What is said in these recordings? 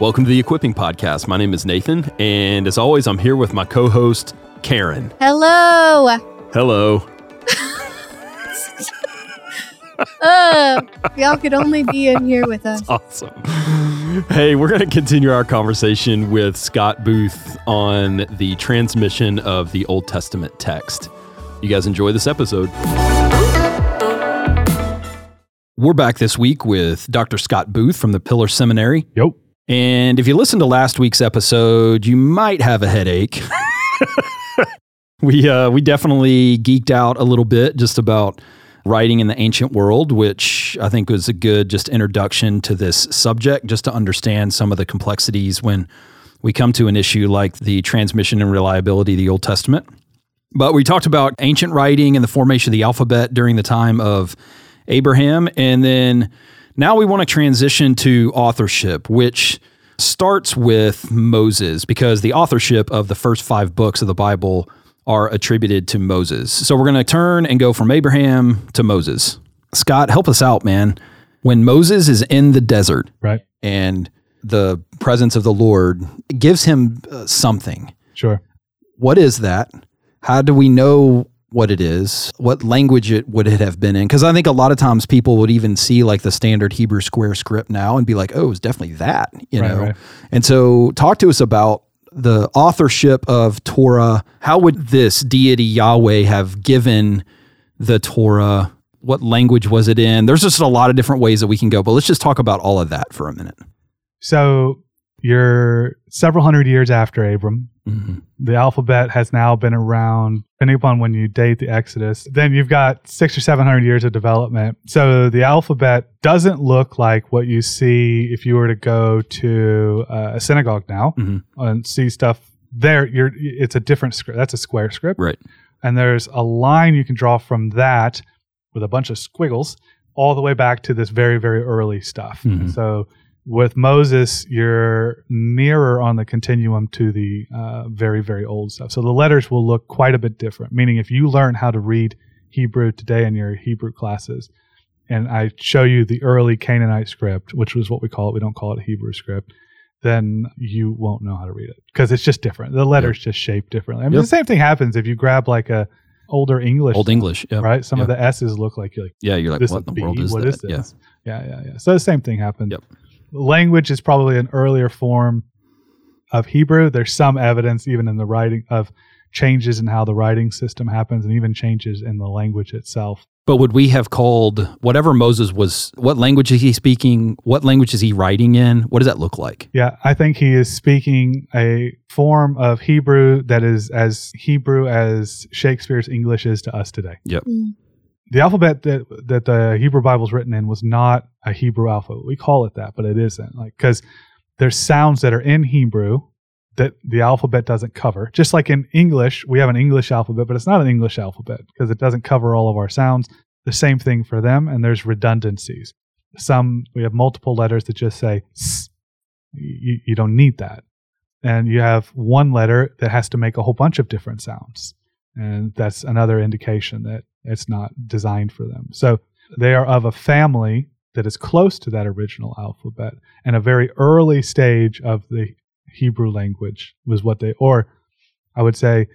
Welcome to the Equipping Podcast. My name is Nathan, and as always, I'm here with my co host, Karen. Hello. Hello. Uh, y'all could only be in here with us. Awesome. Hey, we're going to continue our conversation with Scott Booth on the transmission of the Old Testament text. You guys enjoy this episode. We're back this week with Dr. Scott Booth from the Pillar Seminary. Yep. And if you listened to last week's episode, you might have a headache. we uh, we definitely geeked out a little bit just about writing in the ancient world, which I think was a good just introduction to this subject, just to understand some of the complexities when we come to an issue like the transmission and reliability of the Old Testament. But we talked about ancient writing and the formation of the alphabet during the time of Abraham. And then now we want to transition to authorship, which starts with Moses, because the authorship of the first five books of the Bible are attributed to Moses. So we're going to turn and go from Abraham to Moses. Scott, help us out, man. When Moses is in the desert, Right. and the presence of the Lord gives him uh, something. Sure. What is that? How do we know what it is? What language it would it have been in? Because I think a lot of times people would even see like the standard Hebrew square script now and be like, "Oh, it's definitely that," you Right, know. right. And so, talk to us about the authorship of Torah. How would this deity Yahweh have given the Torah? What language was it in? There's just a lot of different ways that we can go, but let's just talk about all of that for a minute. So you're several hundred years after Abram. Mm-hmm. The alphabet has now been around, depending upon when you date the Exodus. Then you've got six or seven hundred years of development. So the alphabet doesn't look like what you see if you were to go to uh, a synagogue now Mhm. and see stuff there. You're, it's a different script. That's a square script. Right. And there's a line you can draw from that with a bunch of squiggles all the way back to this very, very early stuff. Mhm. So with Moses, you're nearer on the continuum to the uh, very, very old stuff. So the letters will look quite a bit different, meaning if you learn how to read Hebrew today in your Hebrew classes, and I show you the early Canaanite script, which was what we call it, we don't call it Hebrew script, then you won't know how to read it because it's just different. The letters just shaped differently. I mean, Yep. the same thing happens if you grab like a older English, Old English. Yeah. right? Some of the S's look like you're like, Yeah, you're like, this what in is the world B, is what that? is yeah. this? Yeah, yeah, yeah. So the same thing happened. Yep. Language is probably an earlier form of Hebrew. There's some evidence even in the writing of changes in how the writing system happens and even changes in the language itself. But would we have called whatever Moses was? What language is he speaking? What language is he writing in? What does that look like? Yeah, I think he is speaking a form of Hebrew that is as Hebrew as Shakespeare's English is to us today. Mm. The alphabet that that the Hebrew Bible's written in was not a Hebrew alphabet. We call it that, but it isn't. Like cuz there's sounds that are in Hebrew that the alphabet doesn't cover. Just like in English, we have an English alphabet, but it's not an English alphabet because it doesn't cover all of our sounds. The same thing for them and there's redundancies. Some we have multiple letters that just say s you, you don't need that. And you have one letter that has to make a whole bunch of different sounds. And that's another indication that it's not designed for them. So they are of a family that is close to that original alphabet. And a very early stage of the Hebrew language was what they, or I would say,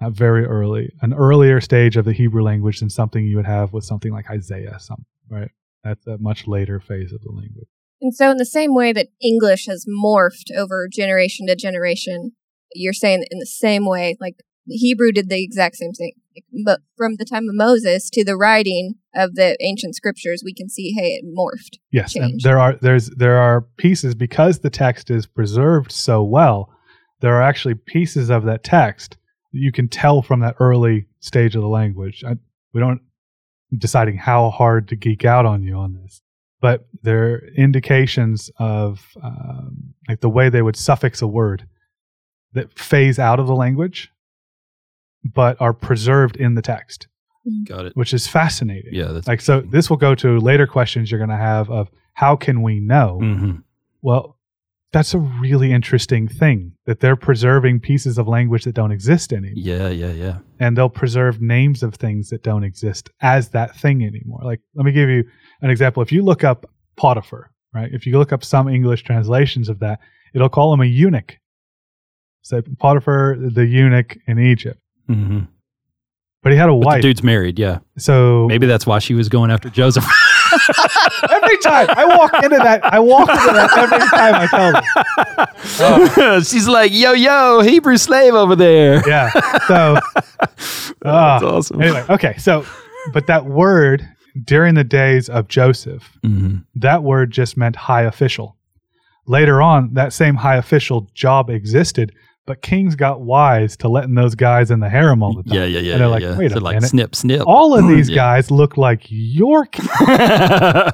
not very early, an earlier stage of the Hebrew language than something you would have with something like Isaiah, something, right? That's a much later phase of the language. And so, in the same way that English has morphed over generation to generation, you're saying in the same way, like the Hebrew did the exact same thing. Like, But from the time of Moses to the writing of the ancient scriptures, we can see, hey, it morphed. Yes, and changed. there are there's there are pieces because the text is preserved so well. There are actually pieces of that text that you can tell from that early stage of the language. I, we don't I'm deciding how hard to geek out on you on this, but there are indications of um, like the way they would suffix a word that phase out of the language, but are preserved in the text, Got it. which is fascinating. Yeah, that's Like so this will go to later questions you're going to have of how can we know? hmm Well, that's a really interesting thing that they're preserving pieces of language that don't exist anymore. Yeah, yeah, yeah. And they'll preserve names of things that don't exist as that thing anymore. Like let me give you an example. If you look up Potiphar, right? If you look up some English translations of that, It'll call him a eunuch. So Potiphar, the eunuch in Egypt. Mm-hmm. But he had a But the wife. dude's married. Yeah. so Maybe that's why she was going after Joseph. every time I walk into that, I walk into that every time I tell them. She's like, yo, yo, Hebrew slave over there. Yeah. So Ah. that's awesome. anyway, okay. So, but that word during the days of Joseph, hmm that word just meant high official. Later on, that same high official job existed, but kings got wise to letting those guys in the harem all the time. Yeah, yeah, yeah. And they're yeah, like, yeah. wait a They're like, minute. snip, snip. All of these Yeah. guys look like your king.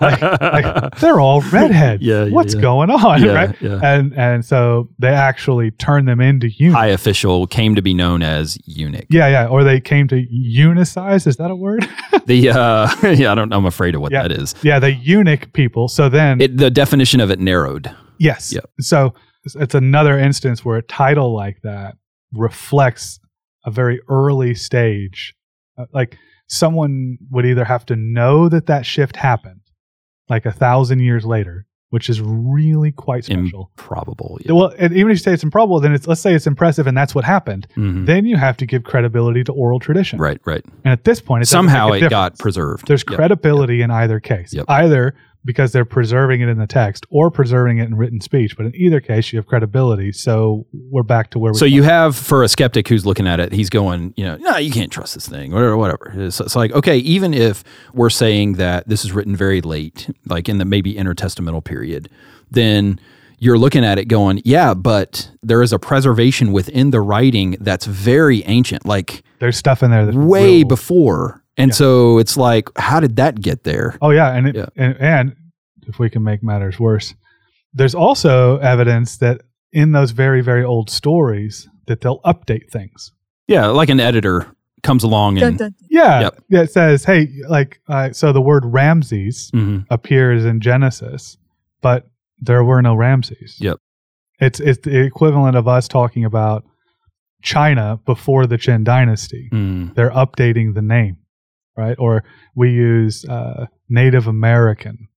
Like, they're all redheads. Yeah, yeah, What's yeah. going on, Yeah, right? yeah. And and so they actually turned them into eunuchs. High official came to be known as eunuch. Yeah, yeah. Or they came to unicize. Is that a word? The uh, yeah, I don't. I'm afraid of what Yeah. that is. yeah, the eunuch people. So then It, the definition of it narrowed. Yes. Yep. So it's- it's another instance where a title like that reflects a very early stage. Uh, Like someone would either have to know that that shift happened, like a thousand years later, which is really quite special. Improbable. Yeah. Well, and even if you say it's improbable, then it's let's say it's impressive and that's what happened. Mhm. Then you have to give credibility to oral tradition. Right. Right. And at this point, it doesn't Somehow make a it got difference. preserved. There's Yeah. credibility in either case, Yep. either because they're preserving it in the text or preserving it in written speech. But in either case, you have credibility. So we're back to where we. So you have for a skeptic who's looking at it, he's going, you know, no, you can't trust this thing, whatever, whatever. It's, it's like, okay, even if we're saying that this is written very late, like in the maybe intertestamental period, then you're looking at it going, yeah, but there is a preservation within the writing that's very ancient, like there's stuff in there that's way real. before. And Yeah. so it's like, how did that get there? Oh yeah, and, it, Yeah. and and if we can make matters worse, there's also evidence that in those very very old stories that they'll update things. Yeah, like an editor comes along Dun, and dun. Yeah, Yep. yeah. It says, hey, like uh, so the word Ramses Mhm. appears in Genesis, but there were no Ramses. Yep. It's it's the equivalent of us talking about China before the Qin dynasty. Mm. They're updating the name, right? Or we use uh, Native American,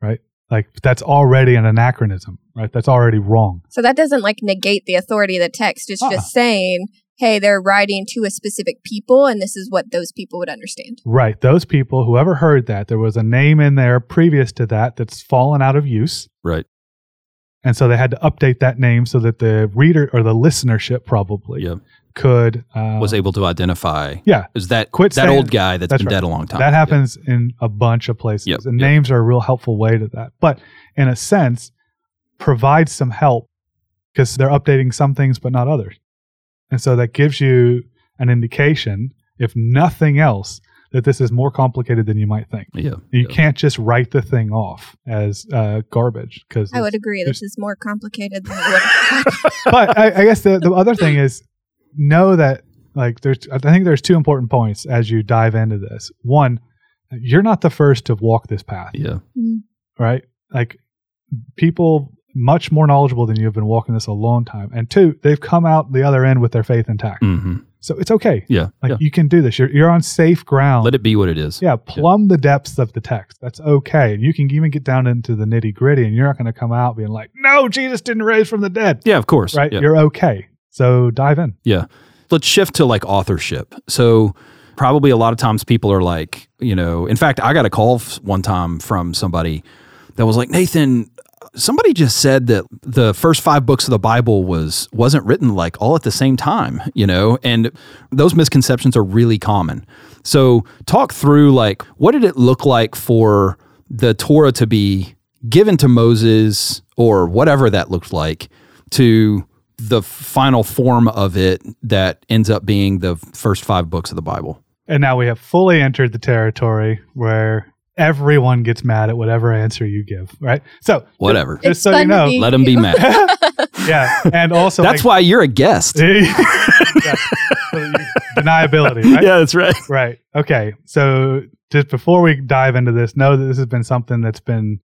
right? Like that's already an anachronism, right? That's already wrong. So that doesn't like negate the authority of the text. It's Uh-uh. just saying, hey, they're writing to a specific people, and this is what those people would understand. Right. Those people, whoever heard that, there was a name in there previous to that that's fallen out of use. Right. And so they had to update that name so that the reader or the listenership probably Yep. could uh, was able to identify. Yeah. Is that Quit that saying- old guy that's that's been right. dead a long time? That happens in a bunch of places. Yep, And yep. names are a real helpful way to that. But in a sense, provides some help because they're updating some things but not others. And so that gives you an indication, if nothing else, that this is more complicated than you might think. Yeah. You Yeah. can't just write the thing off as uh, garbage because I would agree. This is more complicated than I would have thought. but I, I guess the, the other thing is know that like there's I think there's two important points as you dive into this. One, you're not the first to walk this path, Yeah. right? Like people much more knowledgeable than you have been walking this a long time. And two, they've come out the other end with their faith intact. hmm So it's okay. Yeah. Like yeah. you can do this. You're you're on safe ground. Let it be what it is. yeah, plumb the depths of the text. That's okay. And you can even get down into the nitty gritty, and you're not going to come out being like, "No, Jesus didn't raise from the dead." Yeah, of course. right? Yeah. You're okay. So dive in. Let's shift to like authorship. So probably a lot of times people are like, you know, in fact, I got a call f- one time from somebody that was like, Nathan, somebody just said that the first five books of the Bible was wasn't written like all at the same time, you know, and those misconceptions are really common. So talk through like what did it look like for the Torah to be given to Moses or whatever that looked like to the final form of it that ends up being the first five books of the Bible. And now we have fully entered the territory where everyone gets mad at whatever answer you give, right? So Whatever. Just so you fun to know, be Let them be you. mad. yeah, and also That's why you're a guest. like, Yeah. So you- deniability, right? that's right. Right. Okay. So just before we dive into this, know that this has been something that's been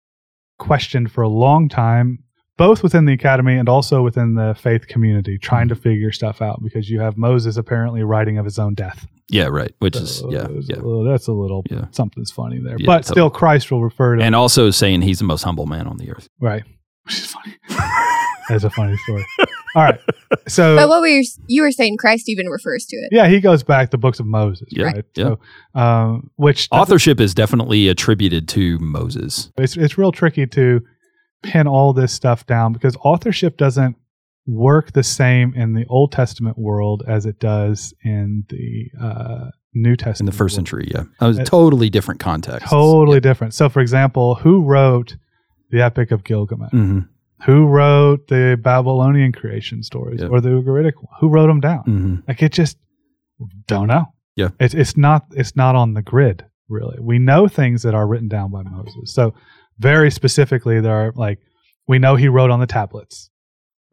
questioned for a long time, both within the academy and also within the faith community, trying Mm-hmm. to figure stuff out because you have Moses apparently writing of his own death. Yeah, right. Which is So yeah, it was a yeah. little- that's a little Yeah. something's funny there. Yeah, but totally. still, Christ will refer to And also saying he's the most humble man on the earth. right, which is funny. That's a funny story. All right. So But what were you, you were saying? Christ even refers to it. yeah, he goes back the books of Moses, Yeah, right? yeah. So, um, which Authorship is definitely attributed to Moses. it's it's real tricky to pin all this stuff down because authorship doesn't work the same in the Old Testament world as it does in the uh, New Testament in the first world. century. Yeah, that was Uh, a totally different context. Totally different. So, for example, who wrote the Epic of Gilgamesh? hmm Who wrote the Babylonian creation stories Yep. or the Ugaritic one? Who wrote them down? hmm Like it just don't know. Yeah. It's it's not it's not on the grid really. We know things that are written down by Moses. So very specifically there are like we know he wrote on the tablets,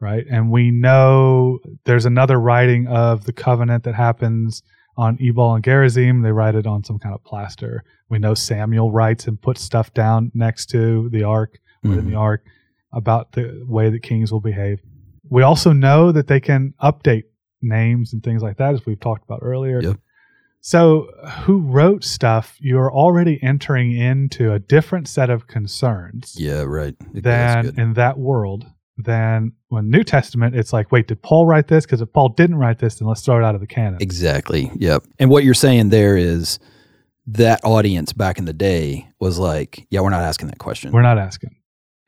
right? And we know there's another writing of the covenant that happens on Ebal and Gerizim. They write it on some kind of plaster. We know Samuel writes and puts stuff down next to the ark mm-hmm. in the ark about the way that kings will behave. We also know that they can update names and things like that, as we've talked about earlier. Yep. So, who wrote stuff? You're already entering into a different set of concerns Yeah, right. It- that's than good. in that world than when New Testament. It's like, wait, did Paul write this? Because if Paul didn't write this, then let's throw it out of the canon. Exactly. Yep. And what you're saying there is that audience back in the day was like, yeah, we're not asking that question. We're not asking.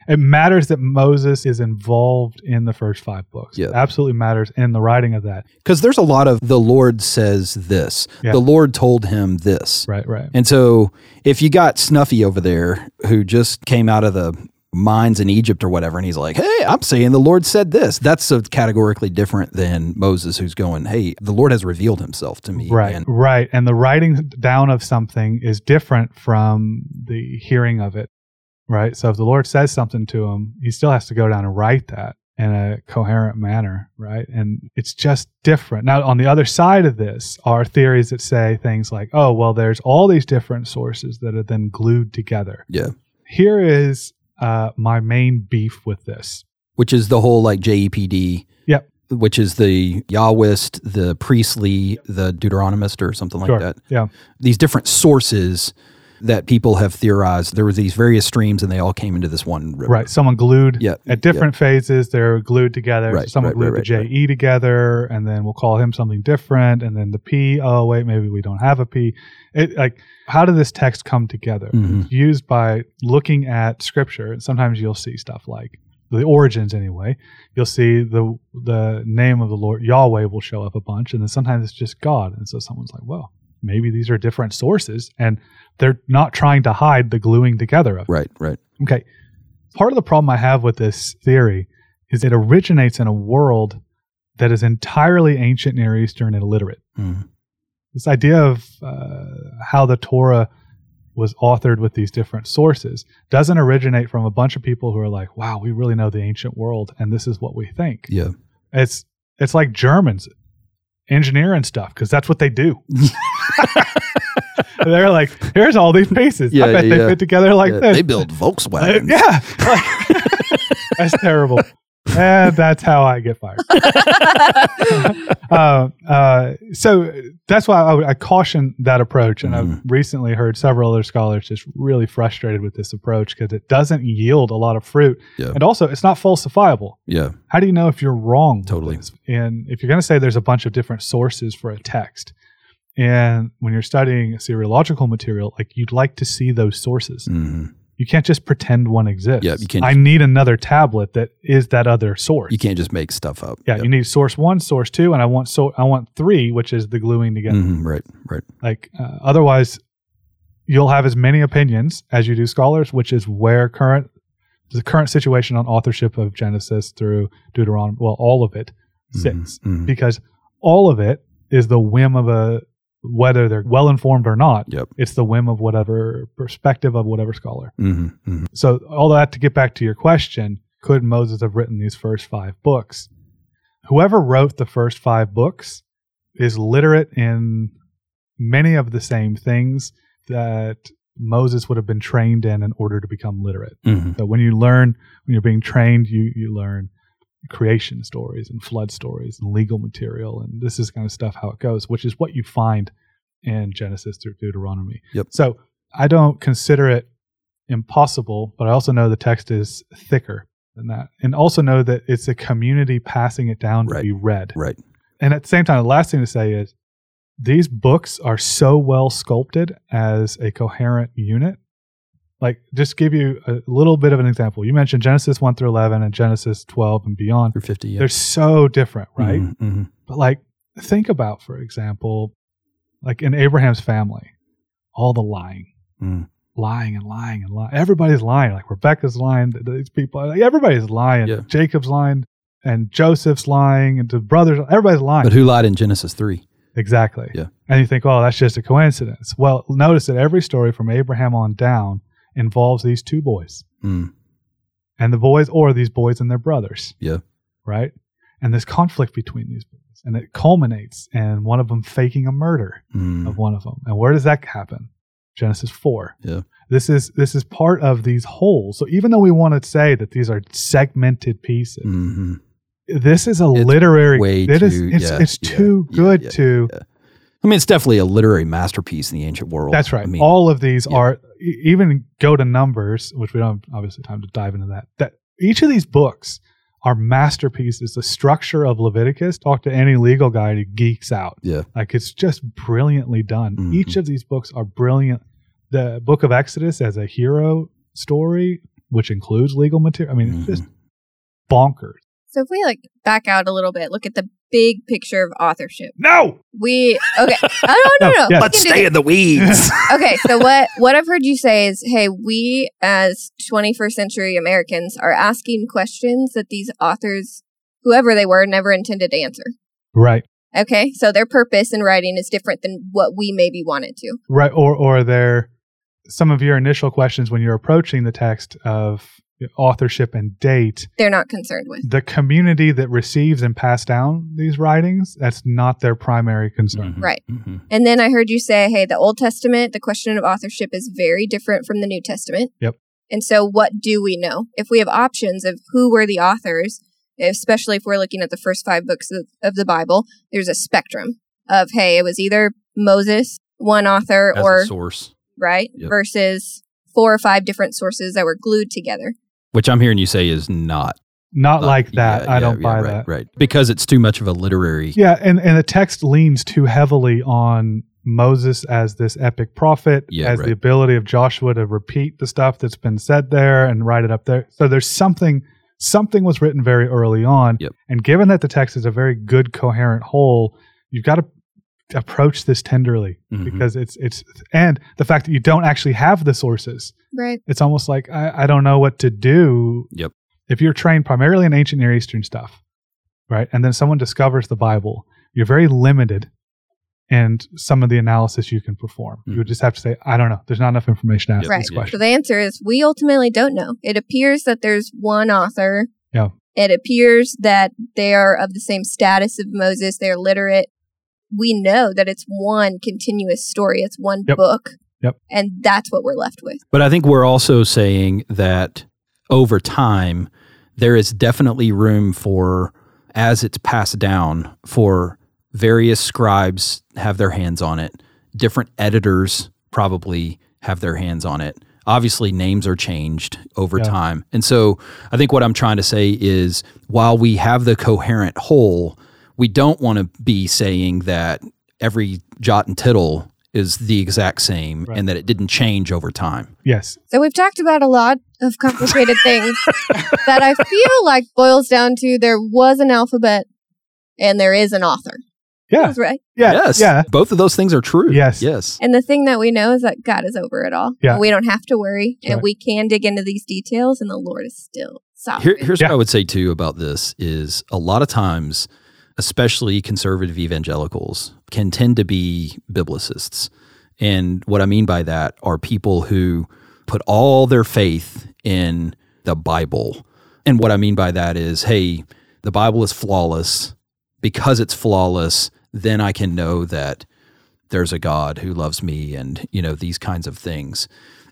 It matters that Moses is involved in the first five books. Yeah. It absolutely matters in the writing of that. Because there's a lot of the Lord says this, Yeah. the Lord told him this. Right, right. And so if you got Snuffy over there who just came out of the mines in Egypt or whatever, and he's like, hey, I'm saying the Lord said this, that's so categorically different than Moses who's going, hey, the Lord has revealed himself to me. Right, And right. And the writing down of something is different from the hearing of it, right? So if the Lord says something to him, he still has to go down and write that in a coherent manner, right? And it's just different. Now, on the other side of this are theories that say things like, oh, well, there's all these different sources that are then glued together. Yeah. Here is uh, my main beef with this. which is the whole like JEPD. Yep. Which is the Yahwist, the Priestley, the Deuteronomist, or something like Sure. that. Yeah. These different sources that people have theorized. There were these various streams, and they all came into this one river. Right. Someone glued Yeah. at different phases, they're glued together. Right, Someone right, glued right, the right, JE together, and then we'll call him something different. And then the P, oh, wait, maybe we don't have a P. It, like, how did this text come together? Mhm. It's used by looking at scripture, and sometimes you'll see stuff like the origins anyway. You'll see the the name of the Lord, Yahweh will show up a bunch, and then sometimes it's just God. And so someone's like, well, maybe these are different sources, and they're not trying to hide the gluing together of it. Right. Right. Okay. Part of the problem I have with this theory is it originates in a world that is entirely ancient Near Eastern and illiterate. Mhm. This idea of uh, how the Torah was authored with these different sources doesn't originate from a bunch of people who are like, wow, we really know the ancient world and this is what we think. Yeah. It's, it's like Germans engineering stuff because that's what they do. They're like, here's all these pieces. Yeah, I bet yeah, they yeah. fit together like Yeah, this. they build Uh, Volkswagens. yeah. that's terrible. and that's how I get fired. Uh, uh, so that's why I, I caution that approach. And Mhm. I've recently heard several other scholars just really frustrated with this approach because it doesn't yield a lot of fruit. Yeah. And also, it's not falsifiable. Yeah. How do you know if you're wrong? with Totally. this? And if you're going to say there's a bunch of different sources for a text, and when you're studying seriological material, like you'd like to see those sources. Mhm. You can't just pretend one exists. Yeah, you can't I need another tablet that is that other source. You can't just make stuff up. yeah, Yep. you need source one, source two, and I want so I want three, which is the gluing together. Mhm. Right. Right. Like uh, otherwise, you'll have as many opinions as you do scholars, which is where current the current situation on authorship of Genesis through Deuteronomy, well, all of it sits Mhm. because all of it is the whim of a whether they're well informed or not. Yep. It's the whim of whatever perspective of whatever scholar. Mhm. Mhm. So, all that to get back to your question, could Moses have written these first five books? Whoever wrote the first five books is literate in many of the same things that Moses would have been trained in in order to become literate. Mhm. So, when you learn, when you're being trained, you, you learn creation stories and flood stories and legal material and this is kind of stuff how it goes, which is what you find in Genesis through Deuteronomy. Yep. So I don't consider it impossible, but I also know the text is thicker than that. And also know that it's a community passing it down to Right. be read. Right. And at the same time, the last thing to say is these books are so well sculpted as a coherent unit. Like, just give you a little bit of an example. You mentioned Genesis 1 through 11 and Genesis 12 and beyond. Through 50. Yeah. They're so different, right? Mhm, mhm. But, like, think about, for example, like in Abraham's family, all the lying, Mm. lying and lying and lying. Everybody's lying. Like, Rebecca's lying. th- These people, like, everybody's lying. Yeah. Jacob's lying and Joseph's lying and the brothers, everybody's lying. But who lied in Genesis 3? Exactly. Yeah. And you think, oh, that's just a coincidence. Well, notice that every story from Abraham on down involves these two boys Mm. and the boys or these boys and their brothers. Yeah. Right. And this conflict between these boys. And it culminates in one of them faking a murder Mm. of one of them. And where does that happen? Genesis 4. Yeah. This is this is part of these wholes. So even though we want to say that these are segmented pieces, Mhm. this is a It's literary way it is- too- it's, yeah, it's yeah, too yeah, good yeah, to I mean, it's definitely a literary masterpiece in the ancient world. That's right. I mean, All of these yeah. are e- even go to numbers, which we don't have obviously time to dive into that. That each of these books are masterpieces. The structure of Leviticus. Talk to any legal guy who geeks out. Yeah. like it's just brilliantly done. Mhm. Each of these books are brilliant. The Book of Exodus as a hero story, which includes legal material. I mean, mm-hmm. it's just bonkers. So if we like back out a little bit, look at the big picture of authorship. No, We okay. Oh no, no, no. No, yeah. We let's can do stay in the weeds. okay, so what what I've heard you say is, hey, we as 21st century Americans are asking questions that these authors, whoever they were, never intended to answer. right, Okay, so their purpose in writing is different than what we maybe wanted to. right, or or there. Some of your initial questions when you're approaching the text of authorship and date They're not concerned with. the community that receives and pass down these writings that's not their primary concern Mhm, Right. mhm. And then I heard you say, hey, the Old Testament, the question of authorship is very different from the New Testament. Yep. And so, what do we know? If we have options of who were the authors, especially if we're looking at the first five books of, of the Bible, there's a spectrum of, hey, it was either Moses, one author, As or, a source, right, Yep. versus four or five different sources that were glued together. which I'm hearing you say is not not like yeah, that i yeah, don't yeah, buy right, that Right. Because it's too much of a literary. yeah and, and the text leans too heavily on moses as this epic prophet Yeah, as right. the ability of joshua to repeat the stuff that's been said there and write it up there so there's something something was written very early on Yep. and given that the text is a very good coherent whole you've got to approach this tenderly Mhm. because it's it's and the fact that you don't actually have the sources Right. it's almost like I, I don't know what to do. Yep. If you're trained primarily in ancient Near Eastern stuff, right, and then someone discovers the Bible, you're very limited in some of the analysis you can perform. Hmm. You would just have to say, I don't know. There's not enough information to Yep. ask this Right. So question. the answer is we ultimately don't know. It appears that there's one author. Yeah. It appears that they are of the same status of Moses. They're literate. We know that it's one continuous story. It's one Yep. book. Yep. And that's what we're left with. But I think we're also saying that over time, there is definitely room for, as it's passed down, for various scribes have their hands on it. Different editors probably have their hands on it. Obviously, names are changed over Yeah. time. And so I think what I'm trying to say is while we have the coherent whole, we don't want to be saying that every jot and tittle is the exact same Right. and that it didn't change over time. Yes. So we've talked about a lot of complicated things that I feel like boils down to there was an alphabet and there is an author. Yeah. That's right. Yeah. Yes. Yeah. Both of those things are true. Yes. Yes. And the thing that we know is that God is over it all. Yeah. We don't have to worry. That's and right. we can dig into these details and the Lord is still Here, sovereign. here's Yeah. what I would say too about this is a lot of times, especially conservative evangelicals can tend to be biblicists. And what I mean by that are people who put all their faith in the Bible. And what I mean by that is, hey, the Bible is flawless. Because it's flawless, then I can know that there's a God who loves me and, you know, these kinds of things.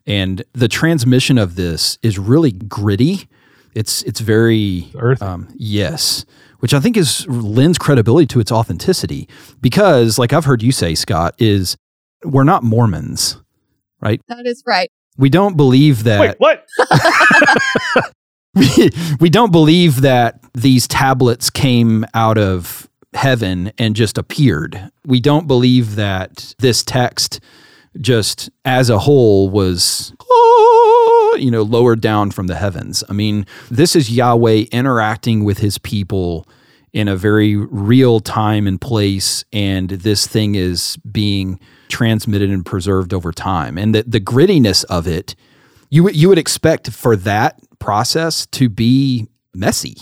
And the transmission of this is really gritty. It's it's very Earth. um, yes, which I think is lends credibility to its authenticity because, like I've heard you say, Scott, is we're not Mormons. That is right. We don't believe that. Wait, what? we, we don't believe that these tablets came out of heaven and just appeared. We don't believe that this text just as a whole was "Ah," you know lowered down from the heavens. I mean, this is Yahweh interacting with his people in a very real time and place and this thing is being transmitted and preserved over time. And the, the grittiness of it you would- you would expect for that process to be messy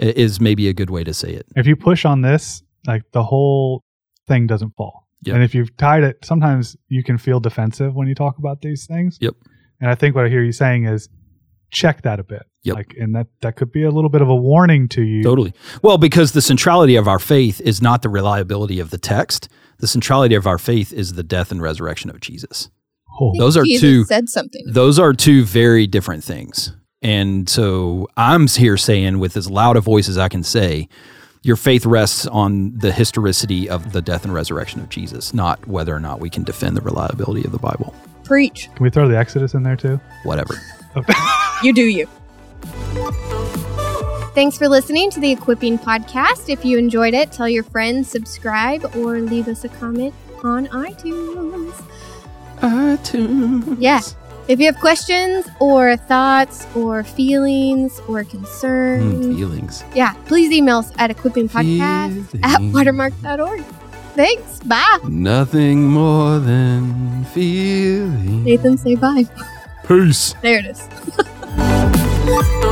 i- is maybe a good way to say it. if you push on this, like the whole thing doesn't fall. Yep. And if you've tied it, sometimes you can feel defensive when you talk about these things. Yep. And I think what I hear you saying is check that a bit. Yep. Like and that that could be a little bit of a warning to you. Totally. Well, because the centrality of our faith is not the reliability of the text. The centrality of our faith is the death and resurrection of Jesus. Oh, Those are Jesus two- said something. Those are two very different things. And so I'm here saying with as loud a voice as I can say, your faith rests on the historicity of the death and resurrection of Jesus, not whether or not we can defend the reliability of the Bible. Preach. Can we throw the Exodus in there too? Whatever. You do you. Thanks for listening to the Equipping Podcast. If you enjoyed it, tell your friends, subscribe, or leave us a comment on iTunes. iTunes. Yeah. If you have questions or thoughts or feelings or concerns, Mm, feelings. yeah, please email us at equippingpodcast at Feelings. watermark.org. Thanks. Bye. Nothing more than feelings. Nathan, say bye. Peace. There it is.